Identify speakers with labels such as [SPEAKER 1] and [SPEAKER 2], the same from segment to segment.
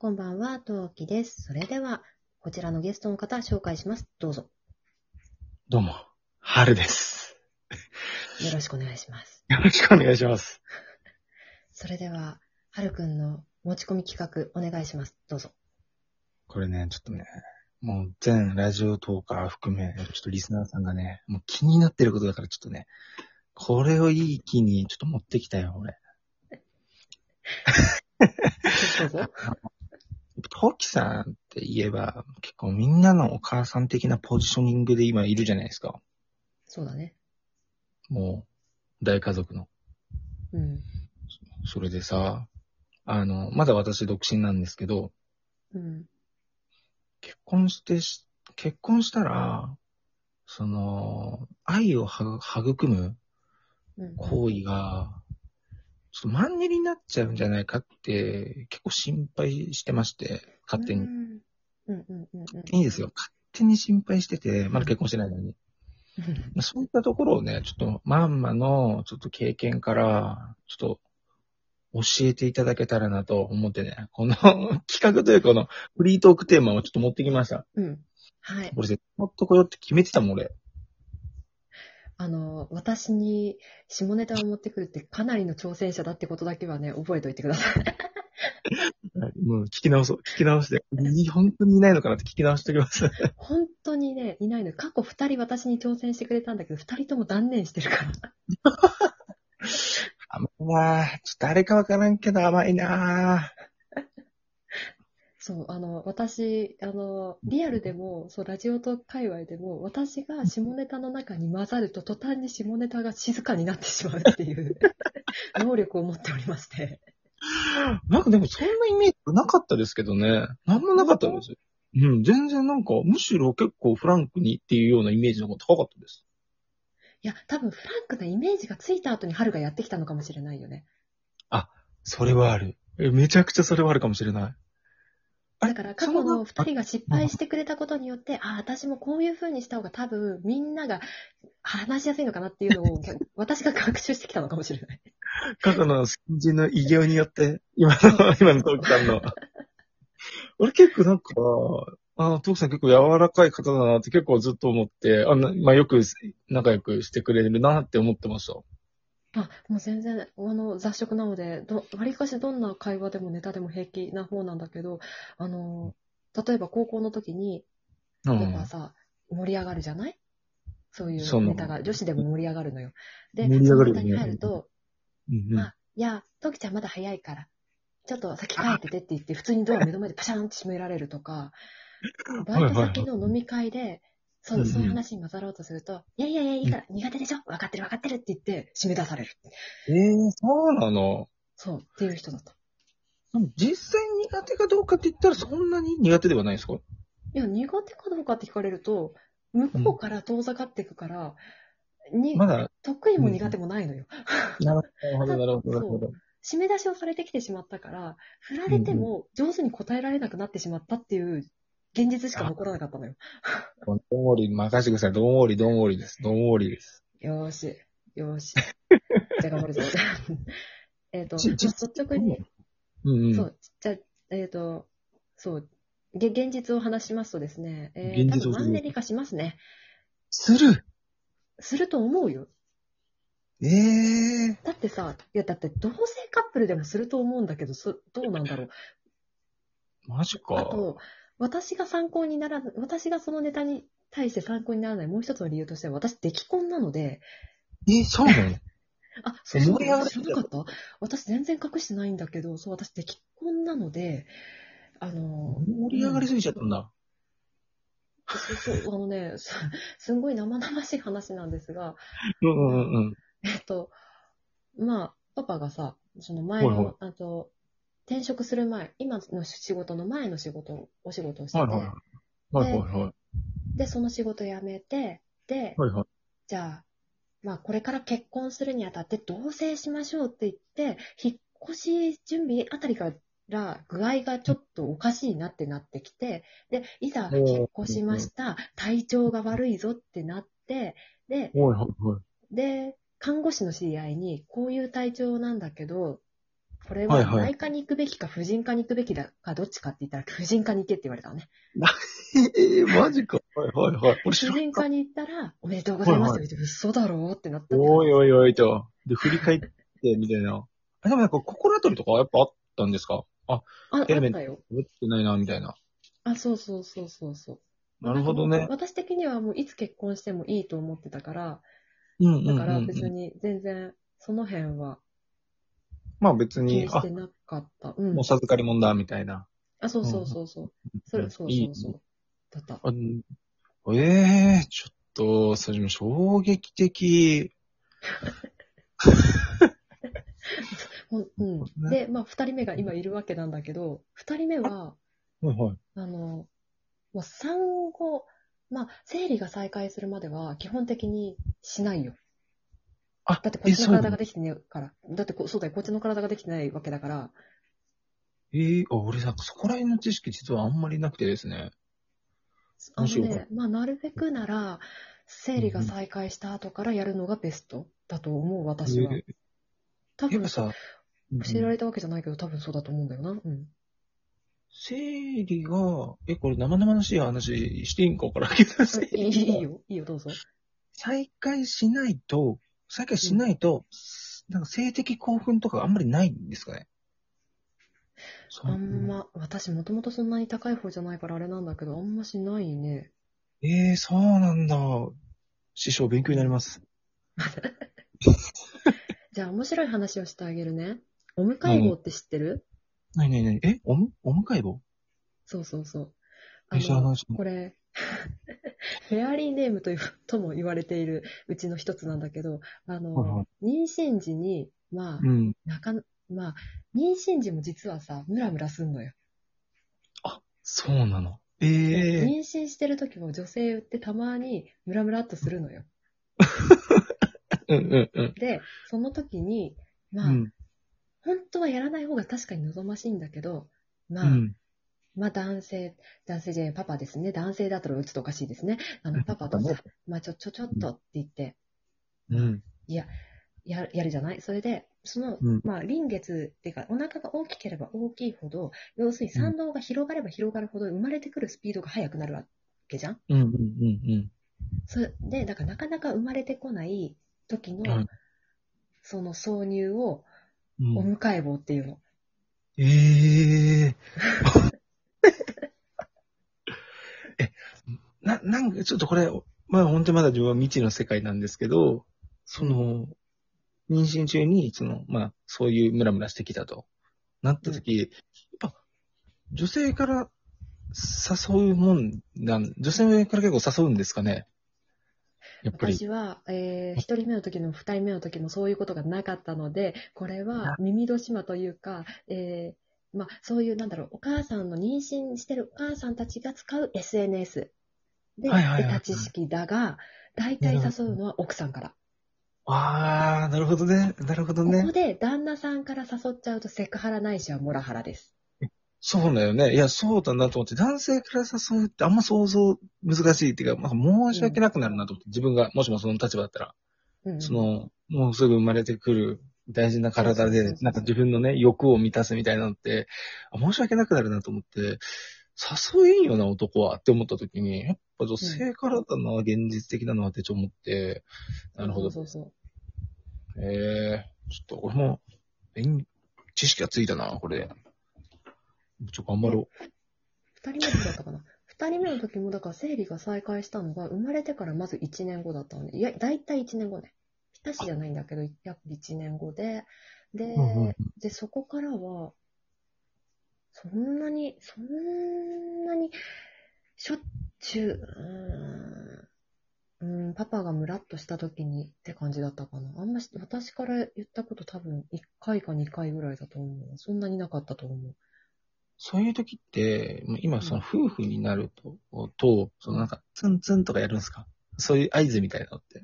[SPEAKER 1] こんばんは、トウキです。それでは、こちらのゲストの方、紹介します。どうぞ。
[SPEAKER 2] どうも、春です。
[SPEAKER 1] よろしくお願いします。
[SPEAKER 2] よろしくお願いします。
[SPEAKER 1] それでは、はるくんの持ち込み企画、お願いします。どうぞ。
[SPEAKER 2] これね、ちょっとね、もう全ラジオトーカー含め、ちょっとリスナーさんがね、もう気になってることだからちょっとね、これをいい気にちょっと持ってきたよ、俺。
[SPEAKER 1] どうぞ。
[SPEAKER 2] トキさんって言えば、結構みんなのお母さん的なポジショニングで今いるじゃないですか。
[SPEAKER 1] そうだね。
[SPEAKER 2] もう、大家族の。
[SPEAKER 1] うん。
[SPEAKER 2] それでさ、あの、まだ私独身なんですけど、
[SPEAKER 1] うん。
[SPEAKER 2] 結婚してし、結婚したら、その、愛をは育む
[SPEAKER 1] うん。
[SPEAKER 2] 行為が、ちょっとマンネリになっちゃうんじゃないかって、結構心配してまして、勝手
[SPEAKER 1] う
[SPEAKER 2] に。
[SPEAKER 1] ん。うんうんうんうん。
[SPEAKER 2] いいですよ。勝手に心配してて、まだ結婚してないのに。
[SPEAKER 1] うん。
[SPEAKER 2] まあそういったところをね、ちょっと、まんまの、ちょっと経験から、ちょっと、教えていただけたらなと思ってね、この企画というか、このフリートークテーマをちょっと持ってきました。
[SPEAKER 1] うん。はい。
[SPEAKER 2] 俺絶対持ってこようって決めてたもん、俺。
[SPEAKER 1] あの、私に下ネタを持ってくるってかなりの挑戦者だってことだけはね、覚えておいてくだ さい。
[SPEAKER 2] もう聞き直そう。聞き直して。い本当にいないのかなって聞き直しておき ます。
[SPEAKER 1] 本当にね、いないの。過去二人私に挑戦してくれたんだけど、二人とも断念してるから。
[SPEAKER 2] 甘いなぁ。ちょっと誰かわからんけど甘いな
[SPEAKER 1] そう、あの、私、あの、リアルでも、そう、ラジオと界隈でも、私が下ネタの中に混ざると、途端に下ネタが静かになってしまうっていう能力を持っておりまして。
[SPEAKER 2] ぁ。なんかでもそんなイメージなかったですけどね。なんもなかったですよ。うん、全然なんか、むしろ結構フランクにっていうようなイメージの方が高かったです。
[SPEAKER 1] いや、多分、フランクなイメージがついた後に春がやってきたのかもしれないよね。
[SPEAKER 2] それはある。え、めちゃくちゃそれはあるかもしれない。あれ
[SPEAKER 1] だから過去の二人が失敗してくれたことによって、ああ、私もこういう風にした方が多分みんなが話しやすいのかなっていうのを私が学習してきたのかもしれない。
[SPEAKER 2] 過去のスキンジの偉業によって、今の、今のトークさんの。俺結構なんか、あの、トークさん結構柔らかい方だなって結構ずっと思って、あの、まあ、よく仲良くしてくれるなって思ってました。
[SPEAKER 1] あ、もう全然、あの、雑食なので、ど、わりかしどんな会話でもネタでも平気な方なんだけど、あの、例えば高校の時に、
[SPEAKER 2] う
[SPEAKER 1] やっぱ
[SPEAKER 2] ん。
[SPEAKER 1] さ、盛り上がるじゃないそうい
[SPEAKER 2] そうの
[SPEAKER 1] ネタが、女子でも盛り上がるのよ。で、
[SPEAKER 2] 盛り上がる
[SPEAKER 1] そのネ
[SPEAKER 2] よね
[SPEAKER 1] タに入ると、
[SPEAKER 2] うんうん
[SPEAKER 1] あいや、トキちゃんまだ早いから、ちょっと先帰っててって言って、普通にドア目の前でパシャンって閉められると か、バイト先の飲み会で、そう
[SPEAKER 2] うんうん
[SPEAKER 1] そういう話に混ざろうとすると、いやいやいや、いいから、苦手でしょ分かってる分かってるって言って、締め出される。
[SPEAKER 2] ええそうなの
[SPEAKER 1] そう、っていう人だった。
[SPEAKER 2] でも実際苦手かどうかって言ったらそんなに苦手ではないですか
[SPEAKER 1] いや、苦手かどうかって聞かれると、向こうから遠ざかっていくから、に
[SPEAKER 2] まだ、
[SPEAKER 1] 得意も苦手もないのよ。
[SPEAKER 2] なるほど、なるほど、なるほど。
[SPEAKER 1] 締め出しをされてきてしまったから、振られても上手に答えられなくなってしまったっていう現実しか残らなかったのよ。
[SPEAKER 2] どんおり、任せてください。どんおり、どんおりです。どんおりです。
[SPEAKER 1] よーし、よーし。じゃあ頑張るぞ。 えっと、
[SPEAKER 2] ち
[SPEAKER 1] まあ
[SPEAKER 2] ち
[SPEAKER 1] 率直に、
[SPEAKER 2] うんうん。
[SPEAKER 1] そう、じゃあえっ、と、そう、げ現実を話しますとですね、えー、
[SPEAKER 2] 現
[SPEAKER 1] 多
[SPEAKER 2] 実を
[SPEAKER 1] 分マンネリ化しますね。
[SPEAKER 2] する
[SPEAKER 1] すると思うよ。
[SPEAKER 2] ええ
[SPEAKER 1] だってさ、いや、だって同性カップルでもすると思うんだけど、そどうなんだろう。
[SPEAKER 2] マジか。
[SPEAKER 1] あと、私が参考になら、私がそのネタに対して参考にならないもう一つの理由としては、私、出来婚なので、
[SPEAKER 2] え、そうなの
[SPEAKER 1] あ、
[SPEAKER 2] そ
[SPEAKER 1] そうう
[SPEAKER 2] 盛り上がる
[SPEAKER 1] 知らなかった私、全然隠してないんだけど、そう、私、出来婚なので、あの、
[SPEAKER 2] 盛り上がりすぎちゃったんだ。
[SPEAKER 1] そうそう、あのね、す すんごい生々しい話なんですが、
[SPEAKER 2] うんうんうん。
[SPEAKER 1] えっと、まあ、パパがさ、その前
[SPEAKER 2] はいは
[SPEAKER 1] の、あと、転職する前、今の仕事の前の仕事、お仕事をして
[SPEAKER 2] は
[SPEAKER 1] て、
[SPEAKER 2] いはい。はいはいはい。
[SPEAKER 1] で、その仕事辞めて、で、
[SPEAKER 2] はいはい。
[SPEAKER 1] じゃあ、まあ、これから結婚するにあたって同棲しましょうって言って、引っ越し準備あたりから具合がちょっとおかしいなってなってきて、で、いざ
[SPEAKER 2] おー
[SPEAKER 1] 結婚しました、体調が悪いぞってなって、で、
[SPEAKER 2] はいはいはい。
[SPEAKER 1] で、看護師の知り合いに、こういう体調なんだけど、これ
[SPEAKER 2] はい
[SPEAKER 1] は
[SPEAKER 2] はい
[SPEAKER 1] 内科に行くべきか婦人科に行くべきだかどっちかって言ったら婦人科に行けって言われたのね。
[SPEAKER 2] ええマジか。はいはいはい。俺知
[SPEAKER 1] 婦
[SPEAKER 2] らん
[SPEAKER 1] 人
[SPEAKER 2] かっ。
[SPEAKER 1] 科に行ったらおめでとうございますって言われて、嘘だろうってなったたんだよね。
[SPEAKER 2] おいおいおいと。で、振り返って、みたいな。あでもなんか心当たりとかはやっぱあったんですかあ、
[SPEAKER 1] あ、あっ
[SPEAKER 2] エレメン
[SPEAKER 1] たよ。
[SPEAKER 2] 覚えてないな、みたいな。
[SPEAKER 1] あ、そうそうそうそうそう。
[SPEAKER 2] なるほどね。
[SPEAKER 1] 私的にはもういつ結婚してもいいと思ってたから、
[SPEAKER 2] うんうんう
[SPEAKER 1] だ
[SPEAKER 2] ん、
[SPEAKER 1] から別
[SPEAKER 2] うん。
[SPEAKER 1] に全然その辺は
[SPEAKER 2] まあ別
[SPEAKER 1] 気
[SPEAKER 2] に
[SPEAKER 1] に、し
[SPEAKER 2] あ
[SPEAKER 1] て、なかった。うん
[SPEAKER 2] もう。授かりもんだ、みたいな。
[SPEAKER 1] あ、そうそうそうそう。それ、そう
[SPEAKER 2] いい
[SPEAKER 1] そうそう。だった。
[SPEAKER 2] あええちょっと、それも衝撃的。
[SPEAKER 1] ほんう
[SPEAKER 2] ね
[SPEAKER 1] ん、で、まあ二人目が今いるわけなんだけど、二人目は、
[SPEAKER 2] はいはい。
[SPEAKER 1] あの、もう産後、まあ、生理が再開するまでは基本的にしないよ。
[SPEAKER 2] あ
[SPEAKER 1] だってこっちの
[SPEAKER 2] えそうな
[SPEAKER 1] 体
[SPEAKER 2] の
[SPEAKER 1] ができてないから。だってこ、そうだよ、こっちの体ができてないわけだから。
[SPEAKER 2] ええあ、俺なんかそこら辺の知識実はあんまりなくてですね。
[SPEAKER 1] あの
[SPEAKER 2] どうしようか
[SPEAKER 1] ね、まあ、なるべくなら、生理が再開した後からやるのがベストだと思う、私は
[SPEAKER 2] え。
[SPEAKER 1] 多
[SPEAKER 2] えやっ
[SPEAKER 1] 分、
[SPEAKER 2] ぱ
[SPEAKER 1] 教
[SPEAKER 2] さ、うん
[SPEAKER 1] えられたわけじゃないけど、多分そうだと思うんだよな。うん。
[SPEAKER 2] 生理が、え、これ生々しい話していいんかわからんけど、生
[SPEAKER 1] いい
[SPEAKER 2] 理が
[SPEAKER 1] いいよ、いいよ、どうぞ。
[SPEAKER 2] 再開しないと、再開しないと、なんか性的興奮とかあんまりないんですかね。そう
[SPEAKER 1] あん。ま、私もともとそんなに高い方じゃないからあれなんだけど、あんましないね。
[SPEAKER 2] ええそうなんだ。師匠勉強になります。
[SPEAKER 1] じゃあ面白い話をしてあげるね。お向かい棒って知ってる、
[SPEAKER 2] なになになにえ、おむ、おむかいぼ
[SPEAKER 1] そうそうそう。
[SPEAKER 2] え、知らない
[SPEAKER 1] これ、 フェアリーネームという とも言われているうちの一つなんだけど、あの、
[SPEAKER 2] はいは
[SPEAKER 1] 妊娠時に、まあ、
[SPEAKER 2] うん。
[SPEAKER 1] なかな、まあ、妊娠時も実はさ、ムラムラすんのよ。
[SPEAKER 2] そうなの。ええ
[SPEAKER 1] 妊娠してる時も女性ってたまにムラムラっとするのよ。
[SPEAKER 2] うんうんうん。
[SPEAKER 1] で、その時に、
[SPEAKER 2] う
[SPEAKER 1] まあ、
[SPEAKER 2] ん。
[SPEAKER 1] 本当はやらない方が確かに望ましいんだけど、ま
[SPEAKER 2] う
[SPEAKER 1] あ、
[SPEAKER 2] ん。
[SPEAKER 1] まあ男性、男性じゃない、パパですね。男性だったらちょっとおかしいですね。あの、パパと
[SPEAKER 2] パパ
[SPEAKER 1] さ
[SPEAKER 2] ね、
[SPEAKER 1] まあちょ、ちょ、ちょっとって言って、
[SPEAKER 2] うん。
[SPEAKER 1] やるやるじゃないそれで、その、
[SPEAKER 2] うん
[SPEAKER 1] まあ、臨月っていうか、お腹が大きければ大きいほど、要するに産道が広がれば広がるほど、生まれてくるスピードが速くなるわけじゃん
[SPEAKER 2] うんうんうん
[SPEAKER 1] それで、だからなかなか生まれてこない時の、
[SPEAKER 2] はい
[SPEAKER 1] その挿入を、
[SPEAKER 2] うん。
[SPEAKER 1] お
[SPEAKER 2] うん、
[SPEAKER 1] 迎え棒っていうの。
[SPEAKER 2] ええ え、な、なんか、ちょっとこれ、まあ本当にまだ自分は未知の世界なんですけど、その、妊娠中に、その、まあ、そういうムラムラしてきたと、なった時、やっぱ、女性から誘うもんなん、女性から結構誘うんですかねやっぱり。
[SPEAKER 1] 私は、えー、一人目の時の二人目の時もそういうことがなかったので、これは耳戸島というか、えー、まあ、そういう、なんだろう、お母さんの妊娠してるお母さんたちが使う SNS で、
[SPEAKER 2] はいはいは
[SPEAKER 1] 得
[SPEAKER 2] い
[SPEAKER 1] た知識だが、大体誘うのは奥さんから。
[SPEAKER 2] ああ、なるほどね。なるほど
[SPEAKER 1] こ
[SPEAKER 2] ね
[SPEAKER 1] こ。で旦那さんから誘っちゃうとセクハラないしはモラハラです。
[SPEAKER 2] そうだよね。いや、そうだなと思って、男性から誘うってあんま想像難しいっていうか、まあ、申し訳なくなるなと思って、自分が、もしもその立場だったら、
[SPEAKER 1] うん、
[SPEAKER 2] その、もうすぐ生まれてくる大事な体
[SPEAKER 1] そうそう
[SPEAKER 2] で
[SPEAKER 1] そ、う
[SPEAKER 2] なんか自分のね、欲を満たすみたいなのって、あ申し訳なくなるなと思って、誘えんよな、男はって思った時に、やっぱ女性からだな、現実的なのはってちょっと思って、なるほど。
[SPEAKER 1] そうそうそう。
[SPEAKER 2] ええちょっと俺も、えん知識がついたな、これ。ちょ、頑張ろ
[SPEAKER 1] 二人目の時だったかな。二人目の時も、だから生理が再開したのが、生まれてからまず1年後だったので、いや、だいたい1年後ね。ひたしじゃないんだけど、約1年後で、で、
[SPEAKER 2] うんうん
[SPEAKER 1] で、そこからは、そんなに、そんなに、しょっちゅう、うーん、うん、パパがムラっとした時にって感じだったかな。あんまし、私から言ったこと多分1回か2回ぐらいだと思う。そんなになかったと思う。
[SPEAKER 2] う。そういう時って、まあ今、その夫婦になると、と、そのなんか、ツンツンとかやるんですかそういう合図みたいなのって。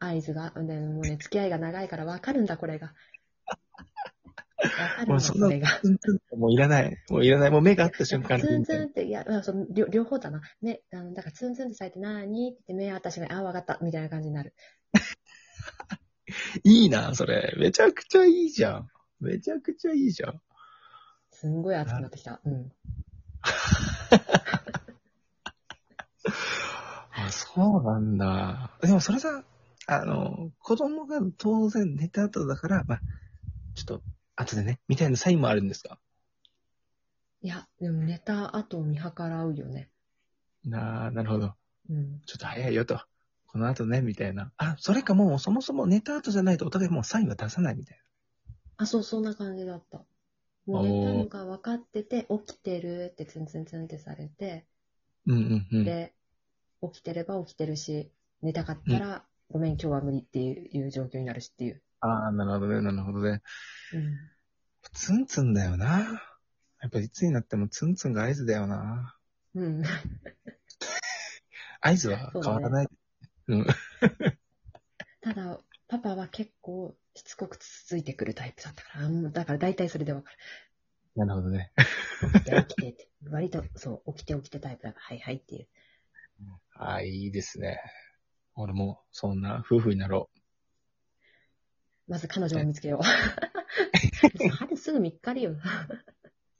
[SPEAKER 1] 合図が、ね、もうね、付き合いが長いから分かるんだ、これが。分かる
[SPEAKER 2] も
[SPEAKER 1] ん
[SPEAKER 2] う
[SPEAKER 1] だ、
[SPEAKER 2] そ
[SPEAKER 1] こ
[SPEAKER 2] んな
[SPEAKER 1] れが。
[SPEAKER 2] ツンツンとかもういらない。もういらない。もう目が合った
[SPEAKER 1] ツ
[SPEAKER 2] 瞬間
[SPEAKER 1] ンツンって、いや、まあその両両方だな。ね、あのだからツンツンってされて何って目合った瞬間に、あ、分かった、みたいな感じになる。
[SPEAKER 2] いいな、それ。めちゃくちゃいいじゃん。めちゃくちゃいいじゃん。
[SPEAKER 1] すんごい熱くなってきた。うん。
[SPEAKER 2] あ、そうなんだ。でもそれさ、あの、子供が当然寝た後だから、まあ、ちょっと、後でね、みたいなサインもあるんですか
[SPEAKER 1] いや、でも寝た後見計らうよね。
[SPEAKER 2] なあ、なるほど。
[SPEAKER 1] うん。
[SPEAKER 2] ちょっと早いよと。この後ね、みたいな。あ、それかもうそもそも寝た後じゃないとお互いもうサインは出さないみたい
[SPEAKER 1] あ、そう、そんな感じだった。もう寝たのが分かってて、起きてるってツンツンツンってされて、
[SPEAKER 2] な。うんうんうん。
[SPEAKER 1] で、起きてれば起きてるし、寝たかったら、ごめん、今日は無理っていう状況になるしっていう。
[SPEAKER 2] ああ、なるほどね、なるほどね。
[SPEAKER 1] うん。
[SPEAKER 2] ツンツンだよな。やっぱいつになってもツンツンが合図だよな。
[SPEAKER 1] うん。
[SPEAKER 2] 合図は変わらない。
[SPEAKER 1] ただ、パパは結構しつこくつついてくるタイプだったから、うんだから大体それで分かる。
[SPEAKER 2] なるほどね。
[SPEAKER 1] 起きて、起きて って。割と、そう、起きて、起きてタイプだから、はいはいっていう。
[SPEAKER 2] ああ、いいですね。俺も、そんな夫婦になろ
[SPEAKER 1] まず彼女を見つけよ う。春すぐ見っかりよ。
[SPEAKER 2] う。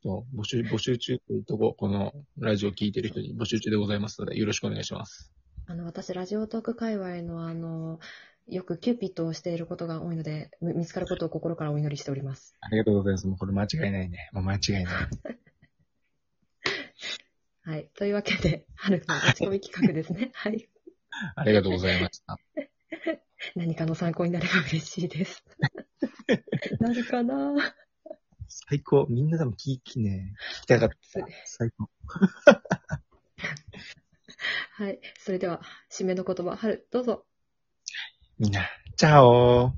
[SPEAKER 2] そう募集、募集中というとこ、このラジオ聞いてる人に募集中でございますので、よろしくお願いします。
[SPEAKER 1] あの、私、ラジオトーク界隈の、あの、よくキューピットをしていることが多いので、み見つかることを心からお祈りしております。
[SPEAKER 2] ありがとうございます。もうこれ間違いないね。もう間違いない。
[SPEAKER 1] はい。というわけで、春の持ち込み企画ですね。 はい。
[SPEAKER 2] ありがとうございました。
[SPEAKER 1] 何かの参考になれば嬉しいです。 なるかな
[SPEAKER 2] 最高。みんな多分聞きね、聞きたかった。最高。
[SPEAKER 1] はい。それでは、締めの言葉、春、どうぞ。
[SPEAKER 2] みんな、チャオ